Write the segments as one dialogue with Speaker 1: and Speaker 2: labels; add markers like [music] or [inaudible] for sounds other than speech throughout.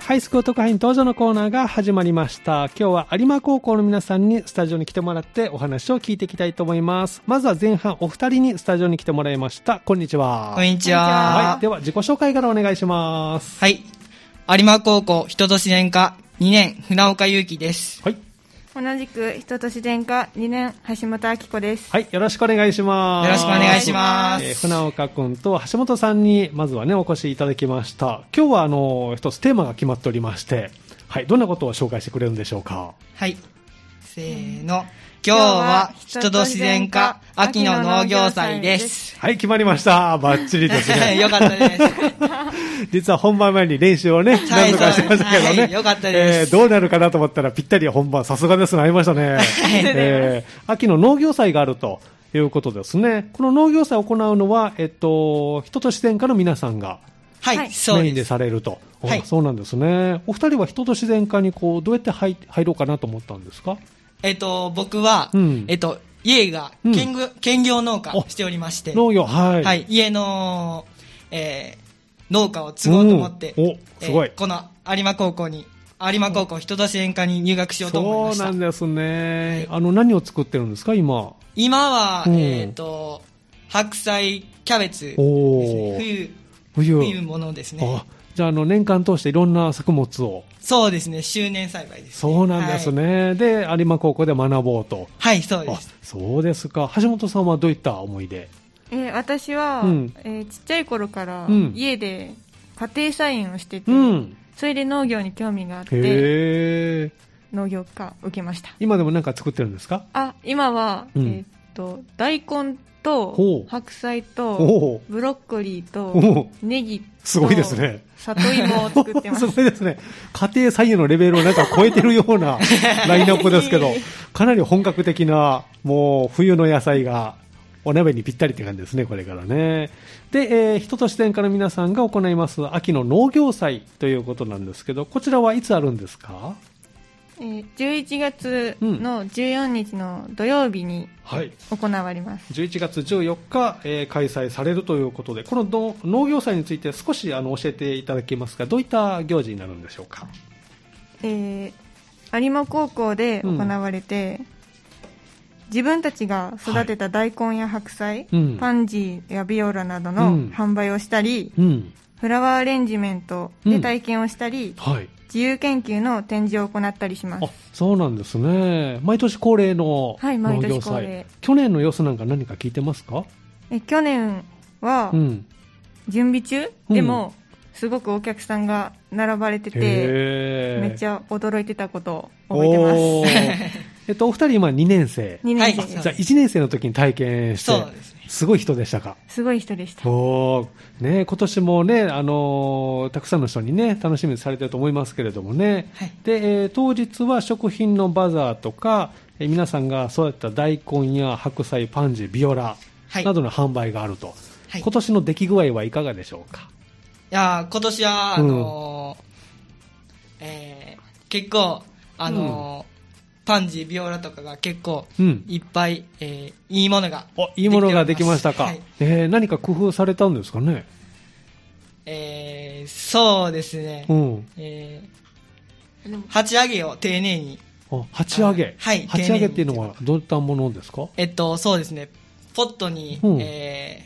Speaker 1: ハイスクール特派員登場のコーナーが始まりました。今日は有馬高校の皆さんにスタジオに来てもらってお話を聞いていきたいと思います。まずは前半お二人にスタジオに来てもらいました。こんにちは。
Speaker 2: こんにち
Speaker 1: は
Speaker 2: は。
Speaker 1: い。では自己紹介からお願いします。
Speaker 2: はい。有馬高校人と自然科2年、船岡祐希です。
Speaker 1: はい。
Speaker 3: 同じく人と自然科2年橋本明子です、
Speaker 1: はい。よろしくお願いします。
Speaker 2: よろしくお願いします
Speaker 1: えー船岡くんと橋本さんに、まずはね、お越しいただきました。今日は、あの、一つテーマが決まっておりまして、はい。どんなことを紹介してくれるんでしょうか
Speaker 2: はい。せーの。今日は人と自然科秋の農業祭です。
Speaker 1: はい、決まりました。バッチリですね。
Speaker 2: よかったです。
Speaker 1: [laughs] 実は本番前に練習をね、何度かしてましたけどね。
Speaker 2: はいよかったで
Speaker 1: えー
Speaker 2: す
Speaker 1: どうなるかなと思ったらぴったり本番、さすがですね、合いましたね。えー秋の農業祭があるということですね。この農業祭を行うのは、えっと、人と自然科の皆さんが
Speaker 2: はい、
Speaker 3: はい
Speaker 2: そう
Speaker 1: メイン
Speaker 2: で。
Speaker 1: ですされると。
Speaker 2: はい
Speaker 1: あそうなんですね。お二人は人と自然科にこう、どうやって入入ろうかなと思ったんですか
Speaker 2: えっと、僕は、
Speaker 1: うん
Speaker 2: えっと、家が
Speaker 1: うん
Speaker 2: 兼業,、兼業農家しておりまして、
Speaker 1: 農業、はい。
Speaker 2: はい、家の、えー農家を継ごうと思って、
Speaker 1: うんおすごい
Speaker 2: えーこの有馬高校に、有馬高校人と支援科に入学しようと思い
Speaker 1: そ
Speaker 2: ま
Speaker 1: う
Speaker 2: した
Speaker 1: な。んですね。あの、何を作ってるんですか、今。
Speaker 2: 今は、
Speaker 1: うん
Speaker 2: えっ、と、白菜、キャベツです
Speaker 1: おー
Speaker 2: ね、冬、
Speaker 1: 冬。
Speaker 2: 冬物ですね
Speaker 1: あ。じゃああの年間通していろんな作物を
Speaker 2: そうですね、周年栽培です、ね。
Speaker 1: そうなんです。ね、で有馬高校で学ぼうと
Speaker 2: はい、はい、そうで
Speaker 1: あ
Speaker 2: す。
Speaker 1: そうですか橋本さんはどういった思いで
Speaker 3: えー私は、
Speaker 1: うん
Speaker 3: えーちっちゃい頃から
Speaker 1: うん
Speaker 3: 家で家庭菜園をしてて、
Speaker 1: うん
Speaker 3: それで農業に興味があって
Speaker 1: へえ
Speaker 3: 農業科受けました
Speaker 1: 今でも何か作ってるんですか
Speaker 3: あ今は、
Speaker 1: うん
Speaker 3: えーっと大根
Speaker 1: ほ
Speaker 3: と
Speaker 1: う
Speaker 3: 白菜
Speaker 1: お
Speaker 3: と
Speaker 1: お
Speaker 3: ブロッコリーと
Speaker 1: お
Speaker 3: ネギと
Speaker 1: すごいですね
Speaker 3: 里芋を作ってま
Speaker 1: [laughs] す
Speaker 3: す
Speaker 1: ごいですね家庭菜園のレベルをなんか超えてるよう [laughs] なラインナップですけどかなり本格的なもう冬の野菜がお鍋にぴったりって感じですね、これからね。で、えー人と視点から皆さんが行います秋の農業祭ということなんですけど、こちらはいつあるんですか
Speaker 3: えー11月の14日の土曜日に
Speaker 1: はい。
Speaker 3: 行われます、
Speaker 1: 11月14日、えー開催されるということで、このど農業祭について少しあの教えていただけますか、どういった行事になるんでしょうか。
Speaker 3: えー有馬高校で行われて、自分たちが育てた大根や白菜、
Speaker 1: うん
Speaker 3: パンジーやビオラなど
Speaker 1: う
Speaker 3: の
Speaker 1: ん
Speaker 3: 販売をしたり、
Speaker 1: うん。
Speaker 3: フラワーアレンジメント
Speaker 1: う
Speaker 3: で
Speaker 1: ん
Speaker 3: 体験をしたり、
Speaker 1: はい。
Speaker 3: 自由研究の展示を行ったりします
Speaker 1: あ、そうなんですね。毎年恒例の
Speaker 3: はい毎
Speaker 1: 農
Speaker 3: 年
Speaker 1: 業祭。
Speaker 3: 恒例
Speaker 1: 去年の様子なんか何か聞いてますか
Speaker 3: え去年は
Speaker 1: うん。
Speaker 3: 準備中、
Speaker 1: うん
Speaker 3: でもすごくお客さんが並ばれてて
Speaker 1: へ
Speaker 3: めっち
Speaker 1: ゃ
Speaker 3: ゃ驚いてたことを覚えてます
Speaker 1: す。 [laughs] えっと、お二人今2年生。
Speaker 3: 2年生
Speaker 1: じ
Speaker 3: で
Speaker 1: ゃあ
Speaker 3: す、
Speaker 1: 1年生の時に体験して、
Speaker 2: そうですね。
Speaker 1: すごい人でしたか
Speaker 3: すごい人でした
Speaker 1: おーね、今年もね、あのーたくさんの人にね、楽しみにされてると思いますけれどもね。
Speaker 2: はい
Speaker 1: で、えー当日は食品のバザーとか、えー皆さんが育てた大根や白菜、パンジー、ビオラ
Speaker 2: はい。
Speaker 1: などの販売があると。
Speaker 2: はい、い
Speaker 1: 今年の出来具合はいかがでしょうか
Speaker 2: やー今年は、あのーえー結構、あのーパンジー、ビオラとかが結構、
Speaker 1: うん。
Speaker 2: いっぱい、えーいいものが。
Speaker 1: お、いいものができましたか。
Speaker 2: はい
Speaker 1: えー何か工夫されたんですかね
Speaker 2: えーそうですね。
Speaker 1: うん。
Speaker 2: えー鉢上げを丁寧に、
Speaker 1: あ、鉢上げ。
Speaker 2: はい
Speaker 1: 鉢上げっていうのはどういったものですか
Speaker 2: えっと、そうですね、ポットに、
Speaker 1: うん
Speaker 2: え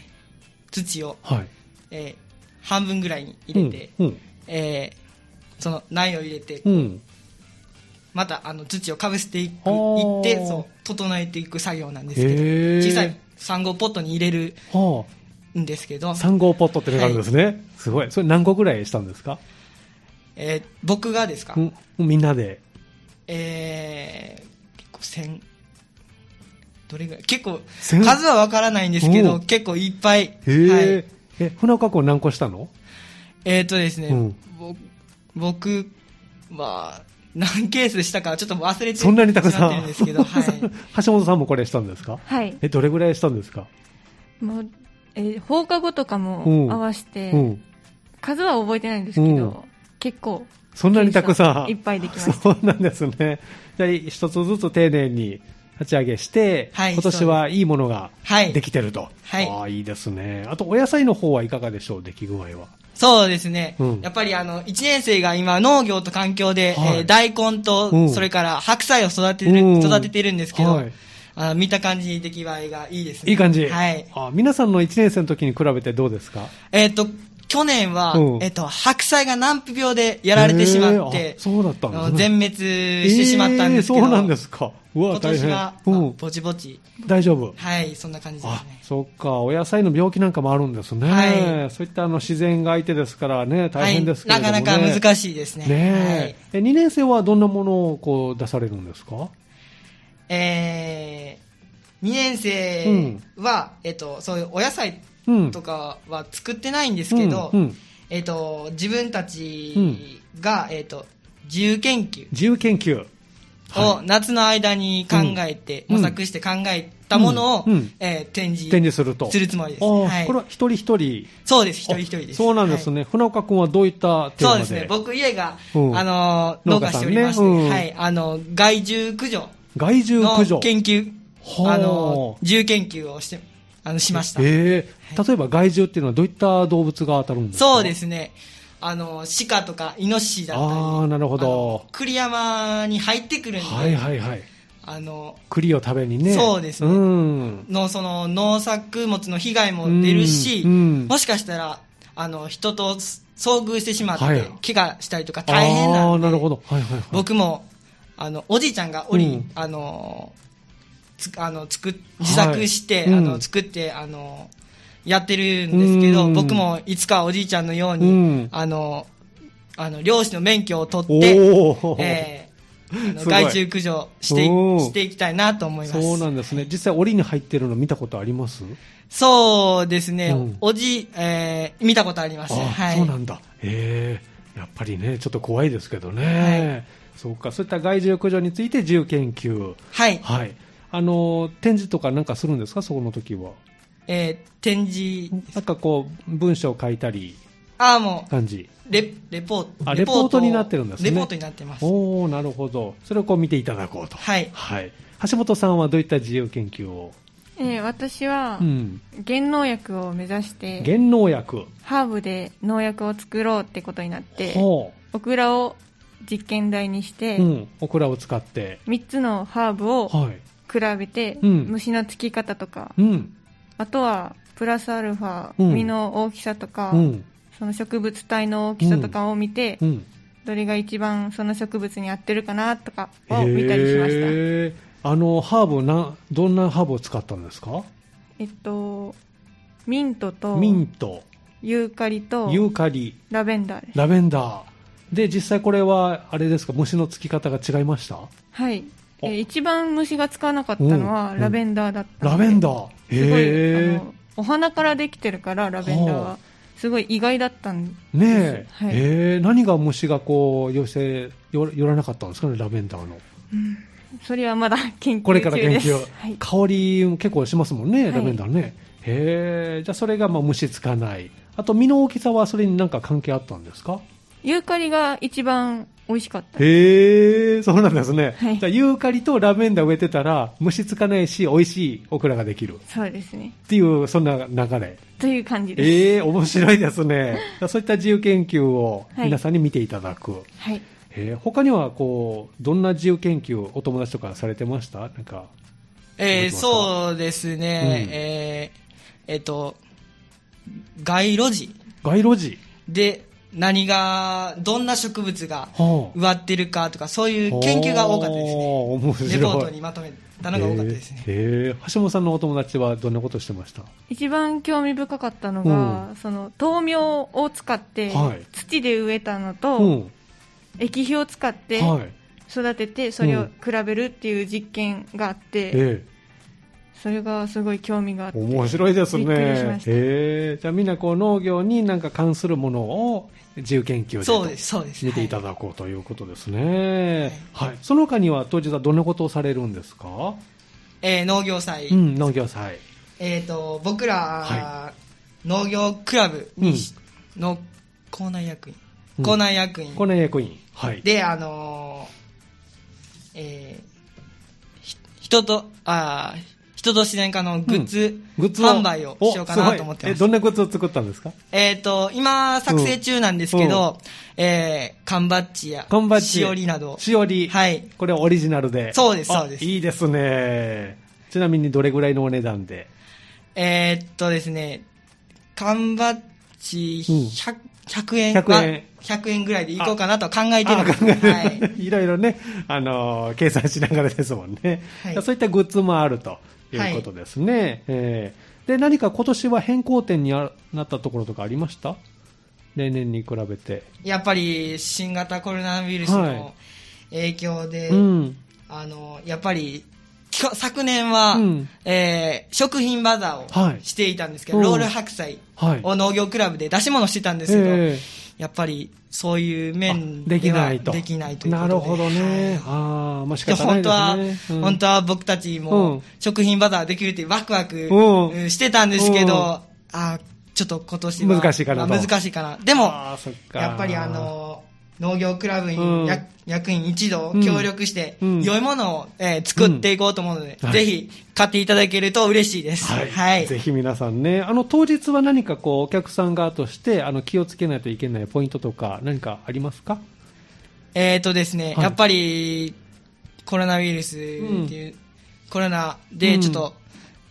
Speaker 2: ー土を、
Speaker 1: はい。
Speaker 2: えー半分ぐらいに入れて、
Speaker 1: うん。うん
Speaker 2: えーその苗を入れて、
Speaker 1: うん。
Speaker 2: またあの土をかぶせていく、
Speaker 1: あー
Speaker 2: いって、そう、整えていく作業なんですけど、
Speaker 1: へ
Speaker 2: 小さい3号ポットに入れる
Speaker 1: は
Speaker 2: んですけ
Speaker 1: あ、
Speaker 2: ど、
Speaker 1: 3号ポットっていうのがあるんですね、すごい。それ何個ぐらいしたんですか
Speaker 2: えー僕がですか、
Speaker 1: うんみんなで。
Speaker 2: えー、結構1000どれぐらい結構
Speaker 1: 1000
Speaker 2: 数はわからないんですけ
Speaker 1: おう
Speaker 2: ど結構いっぱい
Speaker 1: へえ、
Speaker 2: はい、
Speaker 1: え、船岡君何個したの
Speaker 2: えっ、ー、とですね、
Speaker 1: うん
Speaker 2: ぼ僕は何ケースしたかちょっと忘れて
Speaker 1: そんなにたく
Speaker 2: し
Speaker 1: さ
Speaker 2: まってる
Speaker 1: ん。
Speaker 2: んですけど、はい、
Speaker 1: [laughs] 橋本さんもこれしたんですか
Speaker 3: はい
Speaker 1: え、どれぐらいしたんですか
Speaker 3: もうえー放課後とか
Speaker 1: うん
Speaker 3: も合わせて、
Speaker 1: うん。
Speaker 3: 数は覚えてないんですけど、
Speaker 1: うん
Speaker 3: 結構
Speaker 1: そんなにたくさん。
Speaker 3: いっぱいでき
Speaker 1: [laughs]
Speaker 3: ました
Speaker 1: そうなんですね。じゃあ、一つずつ丁寧に立ち上げして、
Speaker 2: はい
Speaker 1: 今年はいいものが
Speaker 2: はい
Speaker 1: できてると。
Speaker 2: はい
Speaker 1: ああ、いいですね。あと、お野菜の方はいかがでしょう、出来具合は。
Speaker 2: そうですね、
Speaker 1: うん
Speaker 2: やっぱりあの1年生が今、農業と環境で、
Speaker 1: はい
Speaker 2: えー大根と、
Speaker 1: うん
Speaker 2: それから白菜を育ててる,、
Speaker 1: うん
Speaker 2: 育ててるんですけど、
Speaker 1: はい
Speaker 2: あの見た感じ、出来栄えがいいですね。
Speaker 1: いい感じ。
Speaker 2: はい
Speaker 1: あ皆さんの1年生の時に比べてどうですか
Speaker 2: えっ、と、去年は、
Speaker 1: うん
Speaker 2: えっ、と、白菜が難腐病でやられてしまって、
Speaker 1: えーあそうだったんですね
Speaker 2: あの全滅してしまったんですけど、
Speaker 1: えーそうなんですか。うわ、
Speaker 2: 今
Speaker 1: 大
Speaker 2: 年
Speaker 1: 変。
Speaker 2: は、
Speaker 1: うん
Speaker 2: あ、ぼちぼち、
Speaker 1: 大丈夫。
Speaker 2: はい、そんな感じで
Speaker 1: あ
Speaker 2: すね。
Speaker 1: そっか、お野菜の病気なんかもあるんですね、
Speaker 2: はい
Speaker 1: そういったあの自然が相手ですからね、大変ですけれ
Speaker 2: は
Speaker 1: ど
Speaker 2: い、
Speaker 1: も、ね
Speaker 2: なかなか難しいですね。
Speaker 1: ねえ、2年生はどんなものをこう出されるんですか、
Speaker 2: はい、えー、2年生は、えっ、と、そういうお野菜
Speaker 1: うん、
Speaker 2: とかは作ってないんですけど、
Speaker 1: うんうん
Speaker 2: えっ、と、自分たちが、えっ、と、自由研究
Speaker 1: 自由研究、
Speaker 2: を
Speaker 1: は
Speaker 2: 夏の間に考えて、
Speaker 1: うん
Speaker 2: 模索して考えたものを、
Speaker 1: うんうん
Speaker 2: えー展
Speaker 1: い
Speaker 2: 示
Speaker 1: 展示すると、
Speaker 2: するつもりです。
Speaker 1: あー
Speaker 2: はい
Speaker 1: これは一人一人、
Speaker 2: そうです、一人一人です。
Speaker 1: そうなんです
Speaker 2: はい
Speaker 1: ね、船岡君はどういったテー
Speaker 2: そ
Speaker 1: マ
Speaker 2: う
Speaker 1: で、
Speaker 2: ですね、僕家が、
Speaker 1: うん
Speaker 2: あのー、
Speaker 1: 農
Speaker 2: 農
Speaker 1: 家
Speaker 2: 家
Speaker 1: さ
Speaker 2: し
Speaker 1: ん
Speaker 2: て
Speaker 1: ね
Speaker 2: おりまして、
Speaker 1: うん
Speaker 2: はい、あの、害獣駆除
Speaker 1: 害獣駆除
Speaker 2: の、研究、
Speaker 1: ほう
Speaker 2: あのー、獣研究をして、あの、しました。
Speaker 1: えー例えば害獣っていうのは、どういった動物が当たるんですか
Speaker 2: そうですね。あの、鹿とかイノシシだったり。
Speaker 1: あーなるほど
Speaker 2: あの栗山に入ってくるんで、
Speaker 1: はいはいはい、
Speaker 2: あの、
Speaker 1: 栗を食べにね、
Speaker 2: そうですね
Speaker 1: うん、
Speaker 2: の、その、農作物の被害も出るし、
Speaker 1: うんうん
Speaker 2: もしかしたら、あの、人と遭遇してしまって、
Speaker 1: はい
Speaker 2: 怪我したりとか大変な
Speaker 1: あー
Speaker 2: んで
Speaker 1: なるほど、はいはいはい、
Speaker 2: 僕も、あの、おじいちゃんがおり、
Speaker 1: うん
Speaker 2: あの、つあの作っ自作し
Speaker 1: は
Speaker 2: て、
Speaker 1: いうん
Speaker 2: あの作ってあのやってるんですけど、
Speaker 1: うん
Speaker 2: 僕もいつかおじいちゃんのように、
Speaker 1: うん
Speaker 2: あのあの漁師の免許を取って、
Speaker 1: おー
Speaker 2: えーあの
Speaker 1: すごい
Speaker 2: 害虫駆除してい
Speaker 1: おー
Speaker 2: していきたいなと思います。
Speaker 1: そうなんですね。実際、檻に入ってるの見たことあります
Speaker 2: そうですね、
Speaker 1: うん
Speaker 2: おじ、えー見たことあります。はい、
Speaker 1: そうなんだ。へえやっぱりね、ちょっと怖いですけどね。そうか、そういった害獣駆除について自由研究。
Speaker 2: はい、
Speaker 1: はい。あの、展示とかなんかするんですかそこの時は。
Speaker 2: えー展示、
Speaker 1: なんかこう、文章を書いたり、
Speaker 2: ああ、もう、
Speaker 1: 感じ。
Speaker 2: レレポー
Speaker 1: あ
Speaker 2: ト、
Speaker 1: レポート
Speaker 2: を
Speaker 1: になってるんですね
Speaker 2: レポートになってます。
Speaker 1: おおなるほど。それをこう見ていただこうと。
Speaker 2: はい
Speaker 1: はい。橋本さんはどういった自由研究を
Speaker 3: えー私は
Speaker 1: うん。
Speaker 3: 減農薬を目指して
Speaker 1: 減農薬。
Speaker 3: ハーブで農薬を作ろうってことになって
Speaker 1: ほ
Speaker 3: オクラを実験台にして
Speaker 1: う。うん。オクラを使って。
Speaker 3: 3つのハーブを
Speaker 1: はい。
Speaker 3: 比べて
Speaker 1: うん
Speaker 3: 虫のつき方とか
Speaker 1: うん。
Speaker 3: あとはプラスアルファ
Speaker 1: うん
Speaker 3: 実の大きさとか
Speaker 1: うん。
Speaker 3: その植物体の大きさとかを見て
Speaker 1: うん。
Speaker 3: どれが一番その植物に合ってるかなとかを見たりしました
Speaker 1: へーあのハーブなどんなハーブを使ったんですか
Speaker 3: えっとミントと
Speaker 1: ミント
Speaker 3: ユーカリと
Speaker 1: ユーカリ
Speaker 3: ラベンダーです
Speaker 1: ラベンダーで実際これはあれですか虫のつき方が違いました
Speaker 3: はい
Speaker 1: あ
Speaker 3: えー一番虫がつかなかったの
Speaker 1: う
Speaker 3: は
Speaker 1: ん
Speaker 3: ラベンダーだったの
Speaker 1: ラ
Speaker 3: で
Speaker 1: ベンダー
Speaker 3: すごい
Speaker 1: へ
Speaker 3: あのお花からできてるからラベンダー
Speaker 1: はあ
Speaker 3: はすごい意外だったん
Speaker 1: えねえ、
Speaker 3: はい
Speaker 1: へー何が虫がこう寄せよ寄らなかったんですかねラベンダーの
Speaker 3: それはまだ研究中です
Speaker 1: これから研究、
Speaker 3: はい、
Speaker 1: 香りも結構しますもんね、
Speaker 3: はい
Speaker 1: ラベンダーねへえじゃあそれがまあ虫つかないあと身の大きさはそれに何か関係あったんですか
Speaker 3: ユーカリが一番美味しかったです
Speaker 1: へえ、そうなんですね。
Speaker 3: はい
Speaker 1: じゃあ、ユーカリとラベンダー植えてたら、虫つかないし、美味しいオクラができる。
Speaker 3: そうですね
Speaker 1: っていう、そんな流れ。
Speaker 3: という感じです、
Speaker 1: ええ、面白いですね。そういった自由研究を
Speaker 3: はい
Speaker 1: 皆さんに見ていただく。
Speaker 3: はい
Speaker 1: へえ他には、こう、どんな自由研究をお友達とかされてましたなんか。覚えてま
Speaker 2: えー、
Speaker 1: すか
Speaker 2: そうですね、
Speaker 1: うん
Speaker 2: えーえっと、街路樹
Speaker 1: 街路樹。
Speaker 2: で何が、どんな植物が
Speaker 1: は
Speaker 2: 植わってるかとか、そういう研究が多かったですね。
Speaker 1: おー面白い。
Speaker 2: レポートにまとめたのが多かったですね。
Speaker 1: へえへえ橋本さんのお友達はどんなことしてました
Speaker 3: 一番興味深かったのが、その豆苗を使って、
Speaker 1: はい
Speaker 3: 土で植えたのと、
Speaker 1: うん。
Speaker 3: 液肥を使って
Speaker 1: はい。
Speaker 3: 育てて、それ
Speaker 1: う
Speaker 3: を
Speaker 1: ん
Speaker 3: 比べるっていう実験があって、
Speaker 1: ええ
Speaker 3: それがすごい興味があって
Speaker 1: 面白いですね。
Speaker 3: びっくりしました
Speaker 1: ええじゃあみんなこう農業になんか関するものを自由研究でと
Speaker 2: そうです、そうです。
Speaker 1: 見ていた
Speaker 2: はい
Speaker 1: だこうということですね。はい。その他には当日はどんなことをされるんですか、
Speaker 2: えー農業祭、
Speaker 1: うん、農業祭。
Speaker 2: えっ、と、僕ら、
Speaker 1: は
Speaker 2: 農業クラブにし、の校内役員、校内役員
Speaker 1: この役員。はい。
Speaker 2: で、あのーえーひ人と、あー人と自然科のグッズ、
Speaker 1: グッズを
Speaker 2: 販売をしよう
Speaker 1: お
Speaker 2: か
Speaker 1: すご
Speaker 2: ないと思ってま
Speaker 1: え
Speaker 2: す。
Speaker 1: どんなグッズを作ったんですか
Speaker 2: えっ、と、今、作成中なんですけど、えー、缶バッジや、
Speaker 1: 缶バッジ。
Speaker 2: しおりなど、
Speaker 1: しおり。
Speaker 2: はい
Speaker 1: これオリジナルで。
Speaker 2: そうです
Speaker 1: あ
Speaker 2: そうです
Speaker 1: いいですね。ちなみにどれぐらいのお値段で。
Speaker 2: えー、っとですね、缶バッジ
Speaker 1: うん
Speaker 2: 100, 100円、
Speaker 1: 100円
Speaker 2: まあ100円ぐらいでいこうかなとは考えて
Speaker 1: あ
Speaker 2: るんです。
Speaker 1: 考えて
Speaker 2: はい
Speaker 1: いろいろね、あのー計算しながらですもんね、
Speaker 2: はい
Speaker 1: そういったグッズもあるということですね。えーで、何か今年は変更点にあなったところとかありました例年に比べて。
Speaker 2: やっぱり新型コロナウイルス
Speaker 1: はい
Speaker 2: の影響で、
Speaker 1: うん。
Speaker 2: あの、やっぱり、きょ昨年は、
Speaker 1: うん
Speaker 2: えー食品バザ
Speaker 1: は
Speaker 2: ーを
Speaker 1: い
Speaker 2: していたんですけど、
Speaker 1: うん
Speaker 2: ロール白菜
Speaker 1: はい。
Speaker 2: を農業クラブで出し物してたんですけど、
Speaker 1: えー
Speaker 2: やっぱりそういう面
Speaker 1: あでき
Speaker 2: では
Speaker 1: ないと。
Speaker 2: できないということ
Speaker 1: な
Speaker 2: で
Speaker 1: るほどね。
Speaker 2: はい
Speaker 1: ああ、まあ仕
Speaker 2: じゃあ
Speaker 1: 方ないで
Speaker 2: 本当は、
Speaker 1: すね。
Speaker 2: 本当
Speaker 1: は、
Speaker 2: は僕たち
Speaker 1: うん
Speaker 2: も食品バザーできるってワクワク
Speaker 1: うん
Speaker 2: うんしてたんですけ
Speaker 1: うん
Speaker 2: ど、あーちょっと今年は
Speaker 1: 難しいかなと
Speaker 2: まあ難しいかな。でも、
Speaker 1: あーそっか
Speaker 2: やっぱりあの、農業クラブ
Speaker 1: うん
Speaker 2: 員、役役員一同
Speaker 1: うん
Speaker 2: 協力して、
Speaker 1: うん
Speaker 2: 良いものを、えー作っていこうと思うので、
Speaker 1: うんはい
Speaker 2: ぜひ買っていただけると嬉しいです。
Speaker 1: はい、
Speaker 2: はい。
Speaker 1: ぜひ皆さんね、あの当日は何かこうお客さん側としてあの気をつけないといけないポイントとか何かありますか？
Speaker 2: えーとですね、
Speaker 1: はい
Speaker 2: やっぱりコロナウイルスっていう、コロナでちょっと、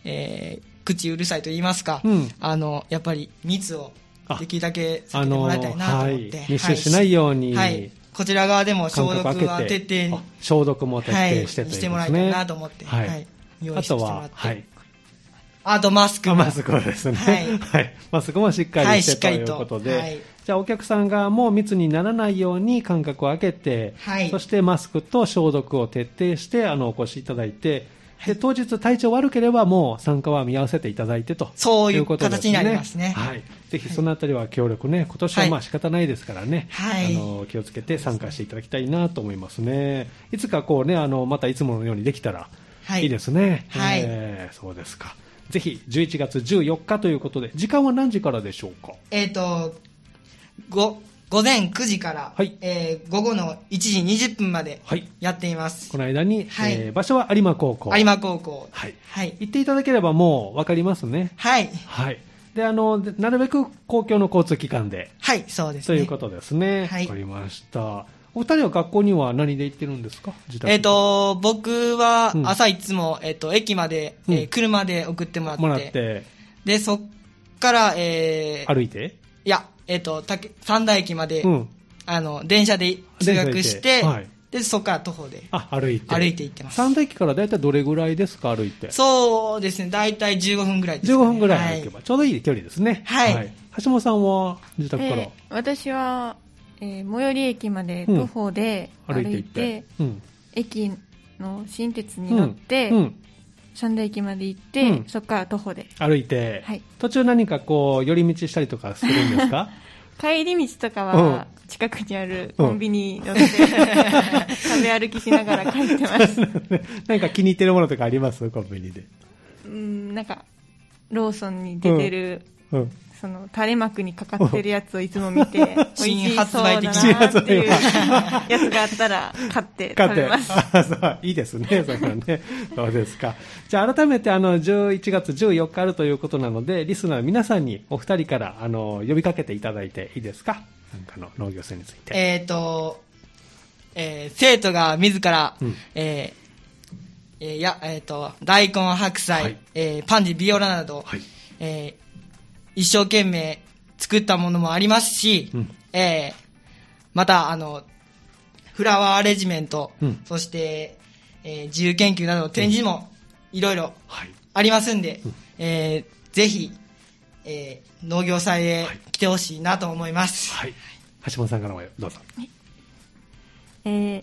Speaker 2: えー口うるさいと言いますか、
Speaker 1: うん
Speaker 2: あのやっぱり密を
Speaker 1: あ
Speaker 2: できるだけ避
Speaker 1: あ
Speaker 2: けて
Speaker 1: の
Speaker 2: もらいたいなと思っ
Speaker 1: は
Speaker 2: て、
Speaker 1: い、密集しないように、
Speaker 2: はい、こちら側でも消毒
Speaker 1: 間隔
Speaker 2: は
Speaker 1: 空け
Speaker 2: 徹
Speaker 1: て
Speaker 2: 底
Speaker 1: あ消毒も徹底
Speaker 2: はい
Speaker 1: してということですね。
Speaker 2: してもらいたいなと思って、
Speaker 1: はい。
Speaker 2: はい用
Speaker 1: あ
Speaker 2: 意して
Speaker 1: と
Speaker 2: もらっ
Speaker 1: は
Speaker 2: て、
Speaker 1: はい、
Speaker 2: あとマスク
Speaker 1: あ
Speaker 2: も
Speaker 1: マスクですね、は
Speaker 2: はいい
Speaker 1: マスクもしっか
Speaker 2: は
Speaker 1: り
Speaker 2: い
Speaker 1: して
Speaker 2: しっか
Speaker 1: と
Speaker 2: り
Speaker 1: いう
Speaker 2: と
Speaker 1: ことで、
Speaker 2: はい
Speaker 1: じゃあお客さん側も密にならないように間隔を空けて、
Speaker 2: はい
Speaker 1: そしてマスクと消毒を徹底してあのお越しいただいて、で当日体調悪ければもう参加は見合わせていただいてと
Speaker 2: そういう
Speaker 1: ことですね
Speaker 2: 形になりますね
Speaker 1: はい、ぜひそのあたりは協力ね今年はまあ仕方ないですからね、
Speaker 2: はい
Speaker 1: あの気をつけて参加していただきたいなと思いますねいつかこうねあのまたいつものようにできたら
Speaker 2: はい
Speaker 1: いいですね、
Speaker 2: はい
Speaker 1: えーそうですか。ぜひ、11月14日ということで、時間は何時からでしょうか
Speaker 2: えっ、と、ご、午前9時から、
Speaker 1: はい
Speaker 2: えー午後の1時20分まで
Speaker 1: はい
Speaker 2: やっています。
Speaker 1: この間に、
Speaker 2: はい
Speaker 1: えー場所は有馬高校。
Speaker 2: 有馬高校。
Speaker 1: はい
Speaker 2: はい。
Speaker 1: 行っていただければもう分かりますね。
Speaker 2: はい。
Speaker 1: はい。で、あの、でなるべく公共の交通機関で、
Speaker 2: はい、そうです
Speaker 1: と
Speaker 2: ね。
Speaker 1: いうことですね。
Speaker 2: はい
Speaker 1: わかりました。お二人は学校には何で行ってるんですか自宅
Speaker 2: えっ、、と、僕は
Speaker 1: うん
Speaker 2: 朝いつも、えっ、と、駅まで、えー
Speaker 1: うん
Speaker 2: 車で送ってもらって、
Speaker 1: もらって、
Speaker 2: で、そっから、えー
Speaker 1: 歩いて、
Speaker 2: いや、えっ、と、竹三田駅まで、
Speaker 1: うん。
Speaker 2: あの、電車で通学し、
Speaker 1: 電車で行って
Speaker 2: で
Speaker 1: はい
Speaker 2: そっから徒歩で
Speaker 1: あ、歩いて。
Speaker 2: 歩いて行ってます。
Speaker 1: 三田駅からだいたいどれぐらいですか歩いて。
Speaker 2: そうですね、大体15分ぐらいです、ね。
Speaker 1: 15分ぐら
Speaker 2: はい
Speaker 1: 歩けば、ちょうどいい距離ですね。
Speaker 2: はい
Speaker 1: 橋本さんは自宅から
Speaker 3: えー私は、えー最寄り駅まで
Speaker 1: うん
Speaker 3: 徒歩で歩
Speaker 1: 歩い
Speaker 3: いて,、
Speaker 1: ていって、うん
Speaker 3: 駅の新鉄に乗って、
Speaker 1: うんうん
Speaker 3: 三田駅まで行って、
Speaker 1: うん
Speaker 3: そこから徒歩で
Speaker 1: 歩いて、
Speaker 3: はい
Speaker 1: 途中何かこう寄り道したりとかするんですか
Speaker 3: 帰り道とか
Speaker 1: うん
Speaker 3: は近くにあるコンビニに乗って、
Speaker 1: [laughs]
Speaker 3: 食べ歩きしながら帰ってます
Speaker 1: 何か気に入ってるものとかありますコンビニで、
Speaker 3: うんなんかローソンに出てる、
Speaker 1: うん、
Speaker 3: その垂れ幕にかかってるやつをいつも見て、 [laughs] 美味し
Speaker 2: 新
Speaker 3: そ
Speaker 2: 発
Speaker 3: う
Speaker 2: 売
Speaker 3: だ
Speaker 2: 的
Speaker 3: な
Speaker 2: な
Speaker 3: ーっていうやつがあったら買って
Speaker 1: 買っ
Speaker 3: 食
Speaker 1: て
Speaker 3: べます。
Speaker 1: [laughs] あそういいですねそ [laughs] れはねそうですかじゃあ改めてあの11月14日あるということなのでリスナーの皆さんにお二人からあの呼びかけていただいていいですかなんかの農業生について、
Speaker 2: えっ、と、えー生徒が自ら、
Speaker 1: うん
Speaker 2: えーえーや、えっ、と、大根、白菜、
Speaker 1: はい
Speaker 2: えーパンジー、ビオラなど、
Speaker 1: はい
Speaker 2: えー一生懸命作ったものもありますし、
Speaker 1: うん
Speaker 2: えーまた、あの、フラワーアレジメント、
Speaker 1: うん
Speaker 2: そして、えー自由研究などの展示もいろいろ
Speaker 1: はい
Speaker 2: ありますんで、えーぜひ、えー農業祭へ来てほしいなと思います。
Speaker 1: はい、橋本さんからもどうぞ
Speaker 3: えー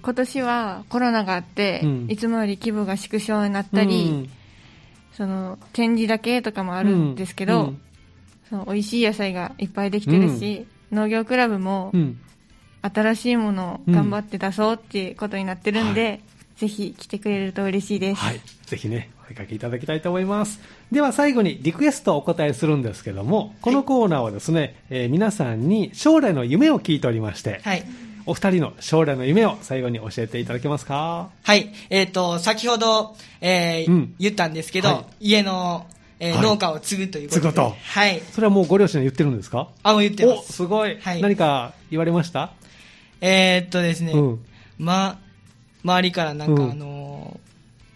Speaker 3: 今年はコロナがあって、
Speaker 1: うん
Speaker 3: いつもより規模が縮小になったり、
Speaker 1: うん
Speaker 3: その展示だけとかもあるんですけど、
Speaker 1: うん
Speaker 3: その美味しい野菜がいっぱいできてるし、農業クラブも
Speaker 1: うん
Speaker 3: 新しいものを頑張って出そうっていうことになってるんで、
Speaker 1: は
Speaker 3: ぜひ来てくれると嬉しいです。
Speaker 1: はい。ぜひね、お出かけいただきたいと思います。では最後にリクエストをお答えするんですけども、このコーナーはですね、えー皆さんに将来の夢を聞いておりまして、
Speaker 2: はい。
Speaker 1: お二人の将来の夢を最後に教えていただけますか
Speaker 2: はい。えっ、と、先ほど、えー
Speaker 1: うん
Speaker 2: 言ったんですけど、
Speaker 1: は
Speaker 2: 家の、えー
Speaker 1: はい
Speaker 2: 農家を継ぐということで。
Speaker 1: 継ぐと
Speaker 2: はい。
Speaker 1: それはもうご両親は言ってるんですか
Speaker 2: あ、もう言ってま
Speaker 1: お、
Speaker 2: す。
Speaker 1: すごい。
Speaker 2: はい
Speaker 1: 何か言われました
Speaker 2: えーっとですね、
Speaker 1: うん
Speaker 2: ま、周りからなんか、
Speaker 1: うん
Speaker 2: あのー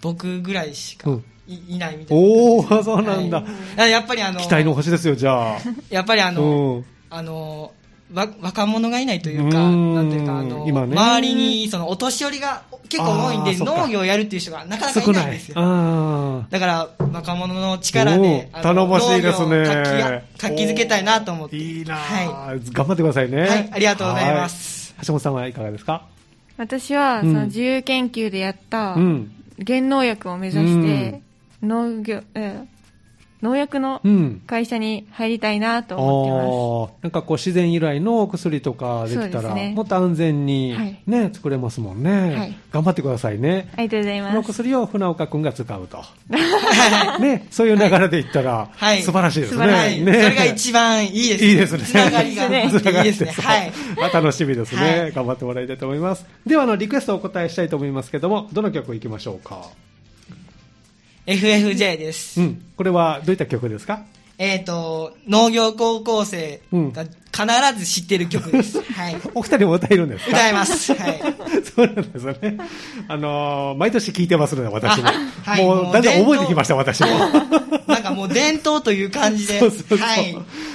Speaker 2: 僕ぐらいしか
Speaker 1: うん
Speaker 2: い,、ないみたいな。
Speaker 1: おー、そうなんだ。
Speaker 2: あやっぱりあのー
Speaker 1: 期待の星ですよ、じゃあ。
Speaker 2: やっぱり [laughs] あ
Speaker 1: う
Speaker 2: のー
Speaker 1: ん。
Speaker 2: あのーわ若者がいないというか、
Speaker 1: うーん
Speaker 2: なんていうか、あのー
Speaker 1: 今ね
Speaker 2: 周りにそのお年寄りが結構多いん
Speaker 1: あ
Speaker 2: で、
Speaker 1: ーそっか
Speaker 2: 農業をやるっていう人がなかなか
Speaker 1: 少
Speaker 2: いないん
Speaker 1: な
Speaker 2: で
Speaker 1: い
Speaker 2: す。よ。
Speaker 1: あ
Speaker 2: だから、若者の力で、
Speaker 1: おー
Speaker 2: あの
Speaker 1: 頼もしいですね
Speaker 2: 農業を活気や活気づけたいなと思っ
Speaker 1: あ。
Speaker 2: て。
Speaker 1: いいな
Speaker 2: は
Speaker 1: あ頑張ってくださいね。
Speaker 2: い。はい、ありがとうございます。
Speaker 1: はい。橋本さんはいかがですか
Speaker 3: 私
Speaker 1: う
Speaker 3: は、そ
Speaker 1: ん
Speaker 3: の自由研究でやった
Speaker 1: う、ん。
Speaker 3: 減農薬を目指して、農業、えー農薬の
Speaker 1: うん。
Speaker 3: 会社に入りたいなと思ってます。
Speaker 1: あーなんかこう自然由来の薬とかできた
Speaker 3: そうで
Speaker 1: ら、
Speaker 3: すね
Speaker 1: もっと安全に、
Speaker 3: はい
Speaker 1: ね作れますもんね、
Speaker 3: はい
Speaker 1: 頑張ってくださいね。
Speaker 3: ありがとうござい
Speaker 1: こ
Speaker 3: ま
Speaker 1: の
Speaker 3: す。
Speaker 1: 薬を船岡くんが使うと。ね、そういう流れでいったら、
Speaker 2: はい
Speaker 1: 素晴らしいですね。
Speaker 3: 素晴ら
Speaker 2: はい。
Speaker 3: し
Speaker 1: ね
Speaker 2: それが一番いいです。
Speaker 1: いいですね。
Speaker 2: つながりが。
Speaker 1: つなが
Speaker 2: いい
Speaker 1: り
Speaker 2: で
Speaker 1: です
Speaker 2: ね。はい。
Speaker 1: あ楽しみですね、
Speaker 2: はい
Speaker 1: 頑張ってもらいたいと思います。では、あの、リクエストをお答えしたいと思いますけども、どの曲いきましょうか。
Speaker 2: FFJ です。
Speaker 1: うん。これは、どういった曲ですか
Speaker 2: えっ、と、農業高校生が必ず知ってる曲です。はい。
Speaker 1: お二人も歌えるんですか
Speaker 2: 歌います。はい。
Speaker 1: そうなんですよね。あのー毎年聞いてますので、私も。
Speaker 2: あはい
Speaker 1: も
Speaker 2: も
Speaker 1: う、
Speaker 2: う
Speaker 1: だんだん
Speaker 2: 伝統
Speaker 1: 覚えてきました、私も。
Speaker 2: なんかもう伝統という感じで、
Speaker 1: そうそうそう
Speaker 2: はい。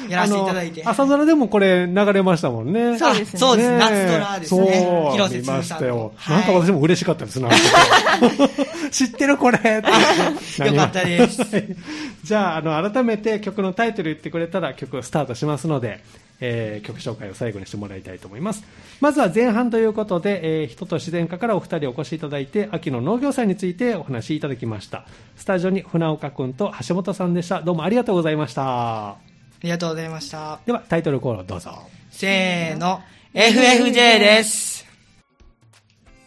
Speaker 2: やらせていただいて。
Speaker 1: あの朝ドラでもこれ流れましたもんね。
Speaker 3: そうですね
Speaker 2: そうです。
Speaker 1: ねえ
Speaker 2: 夏ドラですね。
Speaker 1: そう、
Speaker 2: 広瀬
Speaker 1: 見
Speaker 2: す
Speaker 1: ま
Speaker 2: ず
Speaker 1: し
Speaker 2: さ
Speaker 1: た
Speaker 2: んの
Speaker 1: よ。。なんか
Speaker 2: はい
Speaker 1: 私も嬉しかったです、なんか知ってる [laughs] これって
Speaker 2: よかったです
Speaker 1: はい [laughs] じゃあ、あの、改めて曲のタイトル言ってくれたら曲をスタートしますので、えー曲紹介を最後にしてもらいたいと思います。まずは前半ということで、えー人と自然科からお二人お越しいただいて、秋の農業祭についてお話しいただきました。スタジオに船岡くんと橋本さんでした。どうもありがとうございました。
Speaker 2: ありがとうございました。
Speaker 1: では、タイトルコールをどうぞ。
Speaker 2: せーの、FFJ です。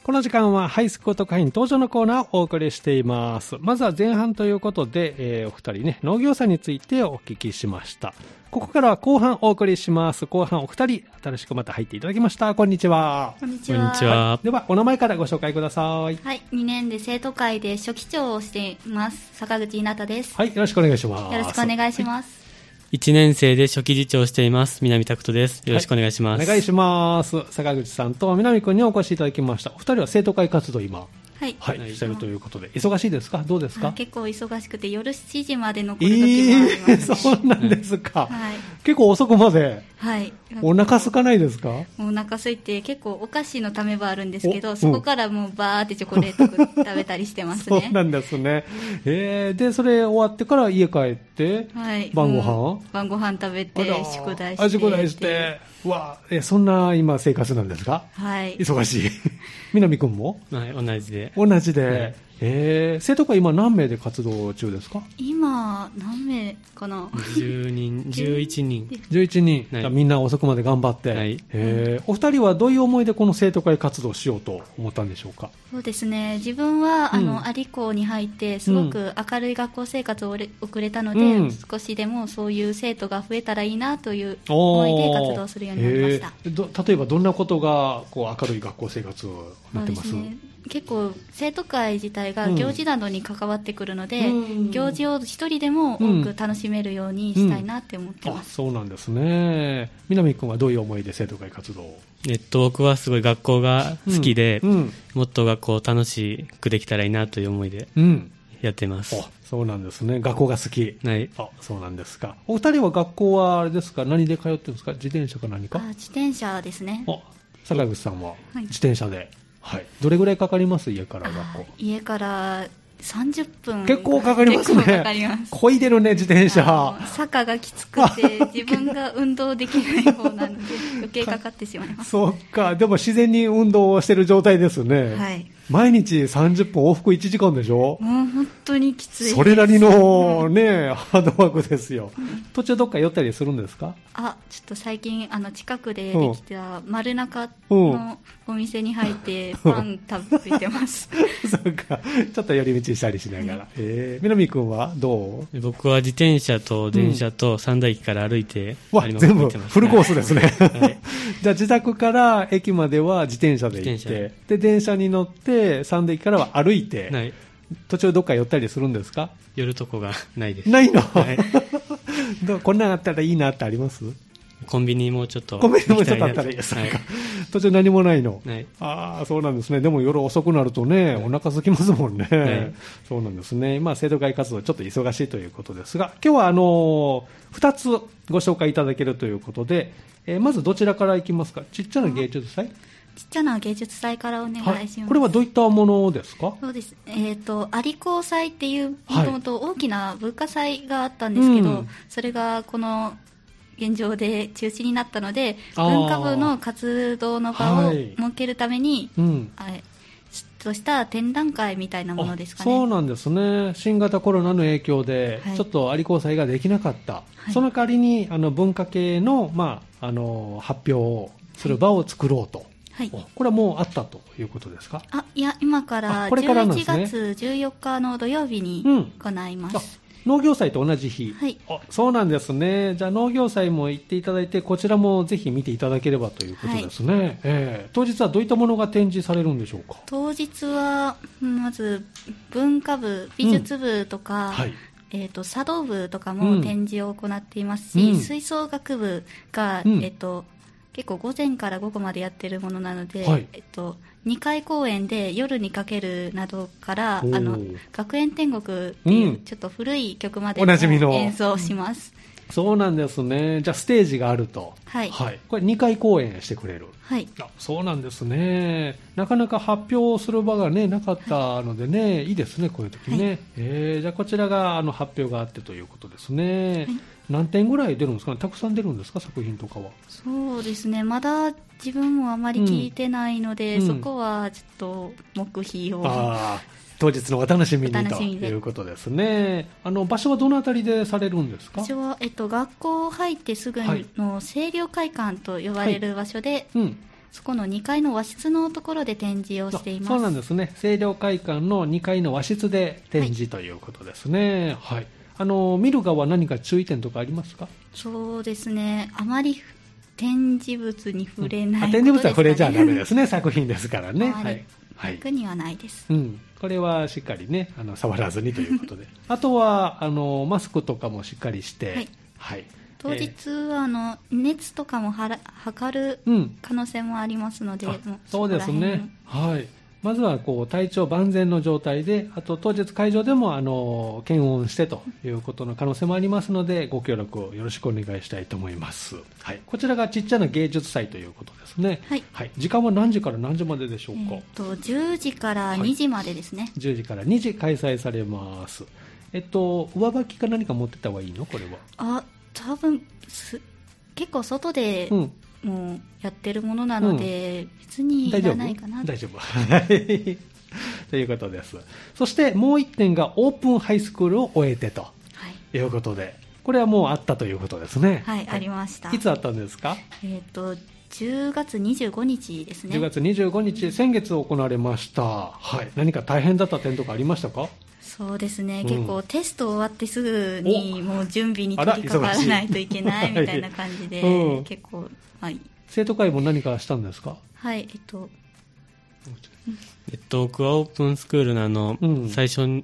Speaker 1: この時間はハイスクート会員登場のコーナーをお送りしています。まずは前半ということで、えーお二人ね、農業者についてお聞きしました。ここからは後半お送りします。後半お二人、新しくまた入っていただきました。こんにちは。
Speaker 4: こんにち
Speaker 5: こん
Speaker 4: は。
Speaker 5: にちは。
Speaker 1: では、お名前からご紹介ください。
Speaker 4: はい、2年で生徒会で初期長をしています。坂口稲太です。
Speaker 1: はい、よろしくお願いします。
Speaker 4: よろしくお願いし
Speaker 1: は
Speaker 4: ます。
Speaker 5: 1年生で初期次長をしています。南拓人です。よろしくお願いし
Speaker 1: い。
Speaker 5: ます。
Speaker 1: お願いします。坂口さんと南くんにお越しいただきました。お二人は生徒会活動今、
Speaker 4: はい。
Speaker 1: はい、
Speaker 5: はい
Speaker 1: してるということで、忙しいですかどうです
Speaker 4: あ
Speaker 1: か
Speaker 4: 結構忙しくて夜7時まで残
Speaker 1: え
Speaker 4: る時もあり
Speaker 1: え
Speaker 4: ます。
Speaker 1: そうなんですか。
Speaker 4: はい。
Speaker 1: 結構遅くまで。
Speaker 4: はい。
Speaker 1: お腹空かないですか
Speaker 4: お腹空いて結構お菓子のため場あるんですけ
Speaker 1: お
Speaker 4: ど、そこからもうバーってチョコレート食べたりしてます
Speaker 1: [laughs] そ
Speaker 4: ね
Speaker 1: う。なんですね。えー、で、それ終わってから家帰って、
Speaker 4: はい。
Speaker 1: 晩ご
Speaker 4: も
Speaker 1: 飯
Speaker 4: う晩ご飯食べ
Speaker 1: あ
Speaker 4: て
Speaker 1: ら、
Speaker 4: 宿題して。
Speaker 1: あ宿題して。わあえ、そんな今生活なんですか
Speaker 4: はい。
Speaker 1: 忙
Speaker 4: [laughs]
Speaker 1: しい。南くんも
Speaker 5: はい、同じで。
Speaker 1: 同じで。
Speaker 5: はい
Speaker 1: えー、生徒会今何名で活動中ですか
Speaker 4: 今、何名かな
Speaker 5: 10人、11人。
Speaker 1: [laughs] ?11 人。
Speaker 5: はい
Speaker 1: じゃあみんな遅くまで頑張って。
Speaker 5: はい
Speaker 1: えー、お二人はどういう思いでこの生徒会活動をしようと思ったんでしょうか
Speaker 4: そうですね自分はあ
Speaker 1: うん
Speaker 4: の、アリ校に入ってすごく明るい学校生活をおれ送れたので、
Speaker 1: うん
Speaker 4: 少しでもそういう生徒が増えたらいいなという
Speaker 1: お
Speaker 4: 思いで活動するようになりました、
Speaker 1: えーど例えばどんなことがこう明るい学校生活になってます
Speaker 4: そうですね結構生徒会自体が
Speaker 1: うん
Speaker 4: 行事などに関わってくるので、
Speaker 1: うん
Speaker 4: 行事を一人でも多く楽しめるようにしたいなって思って
Speaker 1: あ
Speaker 4: ます、
Speaker 1: そうなんですね南君はどういう思いで生徒会活動を
Speaker 5: えっと、僕はすごい学校が好きで、
Speaker 1: うんうん
Speaker 5: もっと学校を楽しくできたらいいなという思いで
Speaker 1: うん
Speaker 5: やってます。
Speaker 1: あそうなんですね学校が好き
Speaker 5: はい。
Speaker 1: あそうなんですかお二人は学校はあれですか何で通ってるんですか自転車か何か
Speaker 4: あ自転車ですね
Speaker 1: あ坂口さんは
Speaker 4: はい
Speaker 1: 自転車で、はいどれぐらいかかります家から
Speaker 4: あ
Speaker 1: 学校
Speaker 4: 家から30分
Speaker 1: 結構かかりますね
Speaker 4: 結構かかります
Speaker 1: こいでるね自転車
Speaker 4: あの坂がきつく
Speaker 1: [laughs]
Speaker 4: て自分が運動できない方
Speaker 1: [laughs]
Speaker 4: なので余計かかってしまいます
Speaker 1: そっかでも自然に運動をしてる状態ですね
Speaker 4: はい
Speaker 1: 毎日30分往復1時間でしょ
Speaker 4: もう本当にきついです
Speaker 1: それなりのね、ハードワークですよ。途中どっか寄ったりするんですか [laughs]
Speaker 4: あちょっと最近あの近くでできた丸中
Speaker 1: うん
Speaker 4: のお店に入ってパン食べてます
Speaker 1: [laughs] そうか。ちょっと寄り道したりしながら。えー、南くんはど
Speaker 5: で僕は自転車と電車と三大駅から歩いて、
Speaker 1: うわ、
Speaker 5: 有馬
Speaker 1: 全
Speaker 5: 行
Speaker 1: 部
Speaker 5: ってます
Speaker 1: フルコースですね。 [laughs]
Speaker 5: はい
Speaker 1: じゃあ自宅から駅までは自転車で行っ
Speaker 5: 自転
Speaker 1: て、で、電車に乗って、三で駅からは歩いて、
Speaker 5: はい。
Speaker 1: 途中どっか寄ったりするんですか
Speaker 5: 寄るとこがないです。
Speaker 1: ないの、
Speaker 5: はい
Speaker 1: [laughs] どうこんなんあったらいいなってあります
Speaker 5: コンビニもうちょっと。
Speaker 1: コンビニもちょっとあったらいいです。
Speaker 5: はい。
Speaker 1: 途中何もないの。
Speaker 5: はい
Speaker 1: ああ、そうなんですね。でも夜遅くなるとね、お腹空きますもんね。
Speaker 5: い
Speaker 1: そうなんですね。まあ、生徒会活動ちょっと忙しいということですが、今日はあのー、2つご紹介いただけるということで、えーまずどちらからいきますかちっちゃな芸術祭
Speaker 4: ちっちゃな芸術祭からお願いします、
Speaker 1: これはどういったものですか
Speaker 4: そうですえっ、と有功祭っていう
Speaker 1: は
Speaker 4: も
Speaker 1: い
Speaker 4: ともと大きな文化祭があったんですけど、
Speaker 1: うん
Speaker 4: それがこの現状で中止になったので
Speaker 1: あー
Speaker 4: 文化部の活動の場を
Speaker 1: はい
Speaker 4: 設けるために、
Speaker 1: うん。
Speaker 4: あれちょっとした展覧会みたいなものですかね
Speaker 1: そうなんですね、新型コロナの影響で
Speaker 4: は、い
Speaker 1: ちょっと有効祭ができなかった、
Speaker 4: はい
Speaker 1: その代わりにあの文化系の,、まあ、あの発表をする場を作ろうと、
Speaker 4: はい
Speaker 1: おこれはもうあったということですか、
Speaker 4: あいや今から
Speaker 1: あこれからなんで
Speaker 4: 11
Speaker 1: すね
Speaker 4: 月14日の土曜日に
Speaker 1: うん
Speaker 4: 行いま
Speaker 1: あ
Speaker 4: す、
Speaker 1: 農業祭と同じ日、
Speaker 4: はい
Speaker 1: あそうなんですね、じゃあ農業祭も行っていただいて、こちらもぜひ見ていただければということですね、ええ当日はどういったものが展示されるんでしょうか。
Speaker 4: 当日はうんまず文化部美術部とか、
Speaker 1: はい、
Speaker 4: えー、と茶道部とか
Speaker 1: うん
Speaker 4: も展示を行っていますし、
Speaker 1: うん
Speaker 4: 吹奏楽部が、
Speaker 1: うん
Speaker 4: えー、と結構午前から午後までやってるものなので、
Speaker 1: はい
Speaker 4: えー、と2回公演で「夜にかける」などから「あ
Speaker 1: おー
Speaker 4: の学園天国」っていううんちょっと古い曲まで
Speaker 1: おなじみの
Speaker 4: も演奏します、
Speaker 1: そうなんですね、じゃあステージがあると、
Speaker 4: はい
Speaker 1: はい、これ、2回公演してくれる。
Speaker 4: はい
Speaker 1: あそうなんですね、なかなか発表する場が、ね、なかったのでね、いいですね、こういう時ね、えーじゃあ、こちらがあの発表があってということですね、何点ぐらい出るんですかね、たくさん出るんですか、作品とかは。
Speaker 4: そうですねまだ自分もあまり聞いてないので、
Speaker 1: うん
Speaker 4: そこはちょっと黙秘を
Speaker 1: あー当日のお楽しみに
Speaker 4: お楽
Speaker 1: と
Speaker 4: しみで
Speaker 1: いうことですね、あの場所はどのあたりでされるんですか、
Speaker 4: 私は、えっと、学校入ってすぐ
Speaker 1: はい
Speaker 4: の清涼会館と呼ばれる場所で、
Speaker 1: うん、
Speaker 4: そこの2階の和室のところで展示をしています。
Speaker 1: そうなんですね清涼会館の2階の和室で展示ということですね、はいあの見る側、何か注意点とかありますか
Speaker 4: そうですね。あまり展示物に触れない
Speaker 1: あ
Speaker 4: ことですか
Speaker 1: 展
Speaker 4: ね。
Speaker 1: 示物は触れちゃダメ
Speaker 4: す。
Speaker 1: ですね、作品ですからね。
Speaker 4: はい
Speaker 1: はい。はい。
Speaker 4: 特にはないです。
Speaker 1: うん。これはしっかりね、あの、触らずにということで。あとは、あの、マスクとかもしっかりして、は
Speaker 4: はいい。
Speaker 1: え
Speaker 4: 当
Speaker 1: ー
Speaker 4: 日は、あの、熱とかもはら測る
Speaker 1: うん。
Speaker 4: 可能性もありますので、
Speaker 1: あ
Speaker 4: も
Speaker 1: そうです
Speaker 4: こら辺
Speaker 1: ね
Speaker 4: も。
Speaker 1: はい。まずは、こう、体調万全の状態で、あと当日会場でも、あの、検温してということの可能性もありますので、ご協力をよろしくお願いしたいと思います。はい。こちらがちっちゃな芸術祭ということですね。
Speaker 4: はい
Speaker 1: 時間は何時から何時まででしょうか、
Speaker 4: えっと、10時から2時までですね。
Speaker 1: 10時から2時開催されます。えっと、上履きか何か持ってった方がいいのこれは。
Speaker 4: あ、多分す、結構外で
Speaker 1: うん。
Speaker 4: もうやってるものなので、別にい
Speaker 1: 大丈
Speaker 4: ら
Speaker 1: 夫
Speaker 4: ないかな。
Speaker 1: 大丈夫。はい [laughs] ということです。そしてもう1点がオープンハイスクールを終えてと
Speaker 4: はい。
Speaker 1: いうことで、これはもうあったということですね。
Speaker 4: はい、ありました。
Speaker 1: いつあったんですか
Speaker 4: えっ、と、10月25日ですね。
Speaker 1: 10月25日、先月行われました。はい。何か大変だった点とかありましたか
Speaker 4: そうですね、
Speaker 1: うん
Speaker 4: 結構テスト終わってすぐに、もう準備に
Speaker 1: あ
Speaker 4: 取
Speaker 1: ら
Speaker 4: り掛からないといけな
Speaker 1: 忙
Speaker 4: い
Speaker 1: しい
Speaker 4: みたいな感じ
Speaker 1: [laughs]
Speaker 4: で、
Speaker 1: うん
Speaker 4: 結構、はい、
Speaker 1: 生徒会も何かしたんですか
Speaker 4: はい、えっと、
Speaker 5: えっと、クアオープンスクールのあの、
Speaker 1: うん
Speaker 5: 最初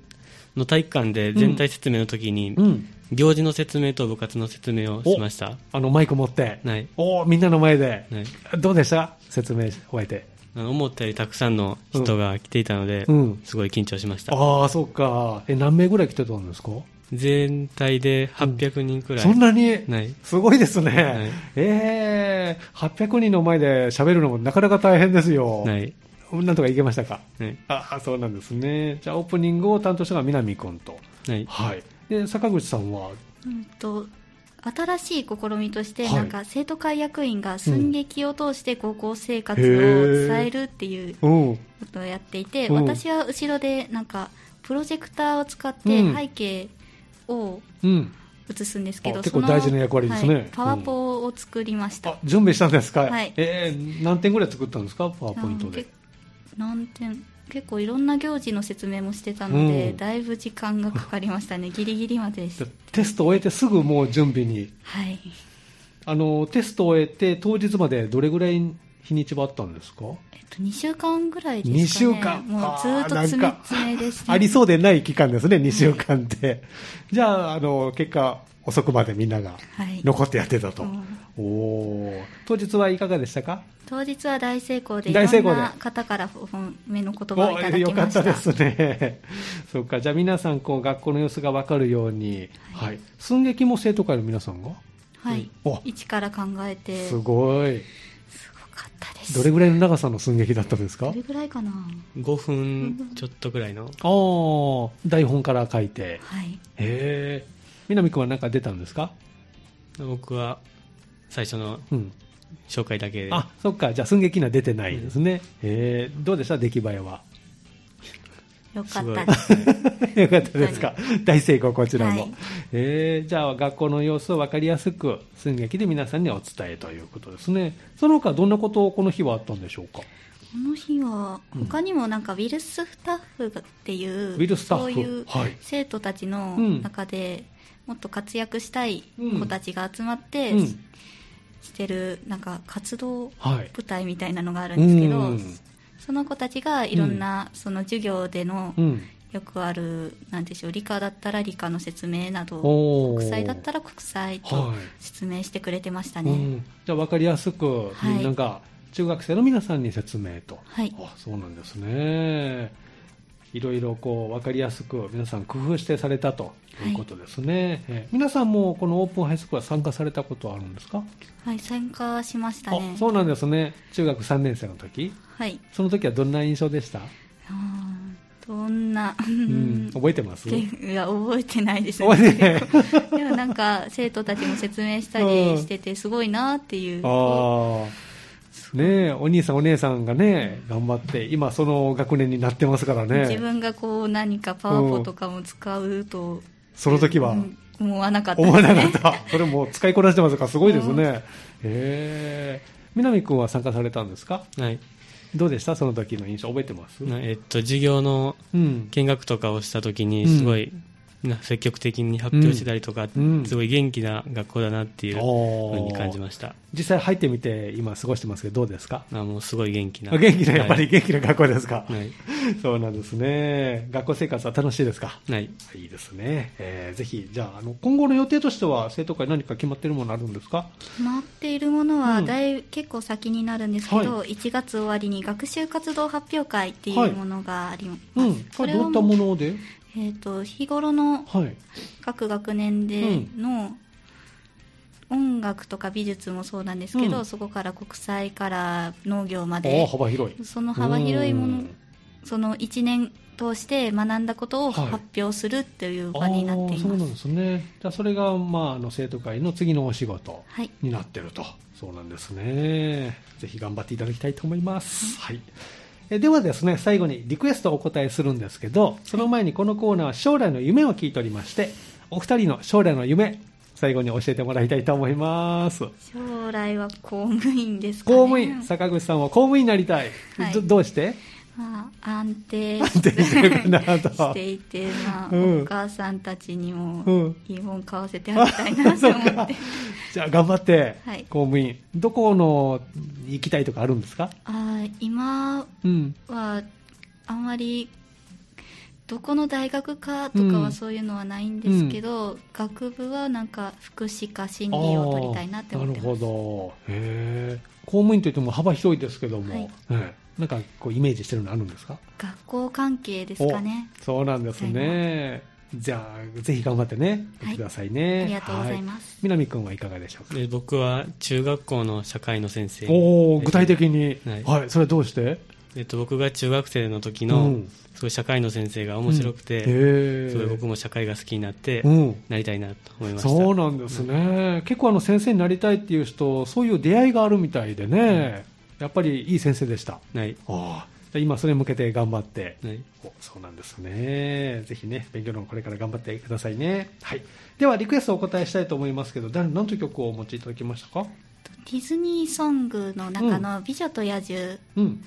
Speaker 5: の体育館で全体説明の時に、
Speaker 1: うん。
Speaker 5: 行事の説明と部活の説明をしました。
Speaker 1: あの、マイク持って。
Speaker 5: はい。
Speaker 1: おーみんなの前で。
Speaker 5: はい。
Speaker 1: どうでした説明終えて。
Speaker 5: あの思ったよりたくさんの人が来ていたので、
Speaker 1: うん
Speaker 5: すごい緊張しました。
Speaker 1: ああ、そうか。え、何名ぐらい来てたんですか
Speaker 5: 全体で800人くらい。
Speaker 1: そんなに、
Speaker 5: はい。
Speaker 1: すごいですね。
Speaker 5: はい
Speaker 1: ええ800人の前で喋るのもなかなか大変ですよ。
Speaker 5: はい。
Speaker 1: なんとかいけましたか
Speaker 5: はい。
Speaker 1: ああ、そうなんですね。じゃあ、オープニングを担当したのが南君と。
Speaker 5: はい。
Speaker 1: はい。で、坂口さんは、
Speaker 4: うんと、新しい試みとして、
Speaker 1: はい
Speaker 4: なんか生徒会役員が寸劇を通して高校生活を伝えるっていう
Speaker 1: うん。
Speaker 4: ことをやっていて、
Speaker 1: うん
Speaker 4: 私は後ろでなんかプロジェクターを使っ
Speaker 1: うん
Speaker 4: て背景を
Speaker 1: うん。
Speaker 4: 映すんですけど、
Speaker 1: あ結構大事な役割ですね
Speaker 4: はいパワポを作りました、
Speaker 1: あ、準備したんですか
Speaker 4: はい
Speaker 1: えー、何点ぐらい作ったんですかパワーポイント
Speaker 4: なん
Speaker 1: で
Speaker 4: け。何点結構いろんな行事の説明もしてたので、
Speaker 1: うん
Speaker 4: だいぶ時間がかかりまし
Speaker 1: [laughs]
Speaker 4: たねギリギリまででし
Speaker 1: で
Speaker 4: た
Speaker 1: テスト終えてすぐもう準備に。
Speaker 4: はい
Speaker 1: あの、テスト終えて当日までどれぐらい日にちはあったんですか
Speaker 4: えっと2週間ぐらいですかね
Speaker 1: 2週間
Speaker 4: もうずーっと
Speaker 1: あー
Speaker 4: 詰
Speaker 1: な
Speaker 4: め
Speaker 1: んか
Speaker 4: 詰めでした
Speaker 1: ありそうでない期間ですね、2週間って。 [laughs] じゃあ、あの、結果、遅くまでみんなが
Speaker 4: はい
Speaker 1: 残ってやってたと。
Speaker 4: うん
Speaker 1: おお当日はいかがでしたか
Speaker 4: 当日は大成功でい
Speaker 1: 大成功
Speaker 4: ろ
Speaker 1: で
Speaker 4: んな方からお褒めの言葉をいた
Speaker 1: お
Speaker 4: だ
Speaker 1: よ
Speaker 4: き
Speaker 1: か
Speaker 4: ま
Speaker 1: っ
Speaker 4: した
Speaker 1: たですね。 [laughs] そうか、じゃあ皆さん、こう、学校の様子がわかるように、
Speaker 4: はい
Speaker 1: はい。寸劇も生徒会の皆さんが
Speaker 4: はい
Speaker 1: お
Speaker 4: 一から考えて
Speaker 1: す
Speaker 4: すご
Speaker 1: ごい。
Speaker 4: かったです
Speaker 1: どれぐらいの長さの寸劇だったんですか
Speaker 4: どれぐらいかな
Speaker 5: 5分ちょっとぐらいの。
Speaker 1: ああ、台本から書いて。
Speaker 4: はい
Speaker 1: へえ。南くんはなんか出たんですか
Speaker 5: 僕は最初の
Speaker 1: うん。
Speaker 5: 紹介だけで。
Speaker 1: あ、そっか。じゃあ、寸劇には出てないですね。へえ。どうでした出来栄えは。 [laughs]
Speaker 4: よか
Speaker 5: す
Speaker 4: っ
Speaker 5: ごい
Speaker 4: たです
Speaker 1: よかったですか。大成功、こちらも。
Speaker 4: はい
Speaker 1: えーじゃあ、学校の様子を分かりやすく、寸劇で皆さんにお伝えということですね。その他、どんなことをこの日はあったんでしょうか。
Speaker 4: この日は
Speaker 1: うん
Speaker 4: 他にもなんかウィルススタッフがっていう
Speaker 1: ウィルスタッフ。
Speaker 4: そういう
Speaker 1: はい。
Speaker 4: 生徒たちの
Speaker 1: うん
Speaker 4: 中でもっと活躍したい
Speaker 1: うん
Speaker 4: 子たちが集まって
Speaker 1: うん
Speaker 4: ししてるなんか活動
Speaker 1: はい。
Speaker 4: 舞台みたいなのがあるんですけど、
Speaker 1: うん
Speaker 4: その子たちがいろんなその授業での
Speaker 1: うん。
Speaker 4: よくあるなんでしょう理科だったら理科の説明など
Speaker 1: おー
Speaker 4: 国際だったら国際と
Speaker 1: はい。
Speaker 4: 説明してくれてました
Speaker 1: う
Speaker 4: ね、
Speaker 1: ん、じゃあ分かりやすく、
Speaker 4: はい
Speaker 1: みんなが中学生の皆さんに説明と、
Speaker 4: はい
Speaker 1: あそうなんですねいろいろこう分かりやすく皆さん工夫してされたということですね、えー皆さんもこのオープンハイスクールは参加されたことはあるんですか、
Speaker 4: はい参加しましたね
Speaker 1: あそうなんですね中学3年生の時
Speaker 4: はい
Speaker 1: その時はどんな印象でした、
Speaker 4: あーどんな、
Speaker 1: うん、覚えてます
Speaker 4: け [laughs] んいや覚えてないです
Speaker 1: 覚えてない [laughs]
Speaker 4: [laughs] でもなんか生徒たちも説明したりしててすごいなっていう、
Speaker 1: ああ。ねえ、お兄さんお姉さんがね、頑張って、今その学年になってますからね。
Speaker 4: 自分がこう何かパワポとかも使うと、
Speaker 1: その時は
Speaker 4: うん思わなかった
Speaker 1: 思わなか
Speaker 4: [laughs] ね
Speaker 1: った。 [laughs] それもう使いこなしてますから、すごいですね。へえ。南くんは参加されたんですか
Speaker 5: はい。
Speaker 1: どうでしたその時の印象覚えてます
Speaker 5: なえっと、授業の
Speaker 1: うん。
Speaker 5: 見学とかをした時
Speaker 1: う
Speaker 5: に
Speaker 1: ん
Speaker 5: すごい、な積極的に発表してたりとか、
Speaker 1: うん
Speaker 5: すごい元気な学校だなっていう
Speaker 1: おー
Speaker 5: ふうに感じました
Speaker 1: 実際入ってみて、今過ごしてますけど、どうですか
Speaker 5: あもうすごい元気な
Speaker 1: あ元気な、やっぱ
Speaker 5: は
Speaker 1: り
Speaker 5: い
Speaker 1: 元気な学校ですか、
Speaker 5: はい
Speaker 1: そうなんですね。学校生活は楽しいですか
Speaker 5: はい
Speaker 1: いいですね。えーぜひ、じゃあ、あの、今後の予定としては、生徒会何か決まってるものあるんですか
Speaker 4: 決まっているもの
Speaker 1: う
Speaker 4: は
Speaker 1: ん
Speaker 4: だい、結構先になるんですけど、
Speaker 1: は
Speaker 4: 1月終わりに学習活動発表会っていうものがあります、
Speaker 1: うん。こ
Speaker 4: こ
Speaker 1: れ
Speaker 4: れ
Speaker 1: ど
Speaker 4: は
Speaker 1: ういったもので
Speaker 4: えー、と日頃の
Speaker 1: はい。
Speaker 4: 各学年での音楽とか美術もそうなんですけど、
Speaker 1: うん
Speaker 4: そこから国際から農業ま
Speaker 1: ああ、
Speaker 4: で
Speaker 1: 幅広い。
Speaker 4: その幅広いも
Speaker 1: う
Speaker 4: の
Speaker 1: ん
Speaker 4: その1年通して学んだことを
Speaker 1: はい
Speaker 4: 発表するっていう場になってい
Speaker 1: あーそう
Speaker 4: ま
Speaker 1: な
Speaker 4: す、
Speaker 1: んですね。じゃあ、それが、まあ、あの、生徒会の次のお仕事
Speaker 4: はい
Speaker 1: になってると。そうなんですね。ぜひ頑張っていただきたいと思います。はい。えではですね、最後にリクエストをお答えするんですけど、その前にこのコーナーは将来の夢を聞いておりまして、お二人の将来の夢、最後に教えてもらいたいと思います。
Speaker 4: 将来は公務員ですか、ね、
Speaker 1: 公務員、坂口さんは公務員になりたい。
Speaker 4: はい
Speaker 1: どどうして
Speaker 4: まあ、安定
Speaker 1: 安定してるか [laughs] なと
Speaker 4: していて、まあ
Speaker 1: うん
Speaker 4: お母さんたちに
Speaker 1: う
Speaker 4: も
Speaker 1: ん
Speaker 4: いいもん買わせてあげたいなと
Speaker 1: [laughs]
Speaker 4: 思って、
Speaker 1: じゃあ頑張って、
Speaker 4: はい
Speaker 1: 公務員。どこの行きたいとかあるんですか
Speaker 4: あー今
Speaker 1: うん。
Speaker 4: はあんまりどこの大学かとか
Speaker 1: うん
Speaker 4: はそういうのはないんですけど、学部はなんか福祉か心理を取りたいなって思って
Speaker 1: あ
Speaker 4: ま
Speaker 1: ー
Speaker 4: す
Speaker 1: なるほど。へえ。公務員といっても幅広いですけども、
Speaker 4: はい
Speaker 1: ええなんかこうイメージしてるのあるんですか
Speaker 4: 学校関係ですかね
Speaker 1: おそうなんですね。じゃあ、ぜひ頑張ってね、
Speaker 4: はい
Speaker 1: くださいね。
Speaker 4: ありがとうござい
Speaker 1: は
Speaker 4: ます、
Speaker 1: 南くんはいかがでしょうか
Speaker 5: で僕は中学校の社会の先生
Speaker 1: おお具体的に、
Speaker 5: はい
Speaker 1: はい、それはどうして
Speaker 5: えっと、僕が中学生の時
Speaker 1: う
Speaker 5: の
Speaker 1: ん
Speaker 5: すごい社会の先生が面白くて、
Speaker 1: え
Speaker 5: すごい僕も社会が好きになって、
Speaker 1: うん
Speaker 5: なりたいなと思いました
Speaker 1: そうなんですね、結構あの先生になりたいっていう人、そういう出会いがあるみたいでね、やっぱりいい先生でした。
Speaker 5: はい
Speaker 1: ああじゃあ今それに向けて頑張って、
Speaker 5: はい
Speaker 1: おそうなんですね。ぜひね、勉強の方これから頑張ってくださいね。はい。では、リクエストお答えしたいと思いますけど、誰、何という曲をお持ちいただきましたか
Speaker 4: ディズニーソングの中の「美女と野獣
Speaker 1: うん。」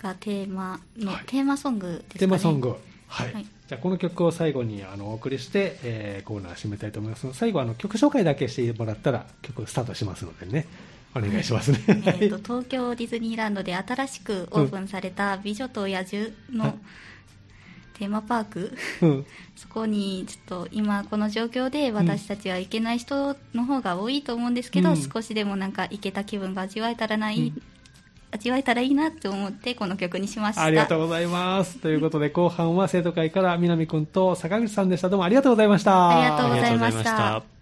Speaker 4: がテーマの、
Speaker 1: はい
Speaker 4: テーマソングですかね
Speaker 1: テーマソング。はい。
Speaker 4: はい
Speaker 1: じゃあ、この曲を最後にあのお送りして、えーコーナー締めたいと思いますので。最後、あの、曲紹介だけしてもらったら、曲スタートしますのでね。お願いしますね。
Speaker 4: えーと東京ディズニーランドで新しくオープンされた「美女と野獣」
Speaker 1: はい
Speaker 4: のテーマパーク
Speaker 1: うん。
Speaker 4: そこにちょっと今この状況で私たちは行けない人の方が多いと思うんですけど、
Speaker 1: うん
Speaker 4: 少しでもなんか行けた気分が味わえたらない、
Speaker 1: うん
Speaker 4: 味わえたらいいなって思ってこの曲にしました
Speaker 1: ありがとうございます。ということで、後半は生徒会から南くんと坂口さんでした。どうもありがとうございました。
Speaker 4: ありがとうございました
Speaker 5: ありがとうございました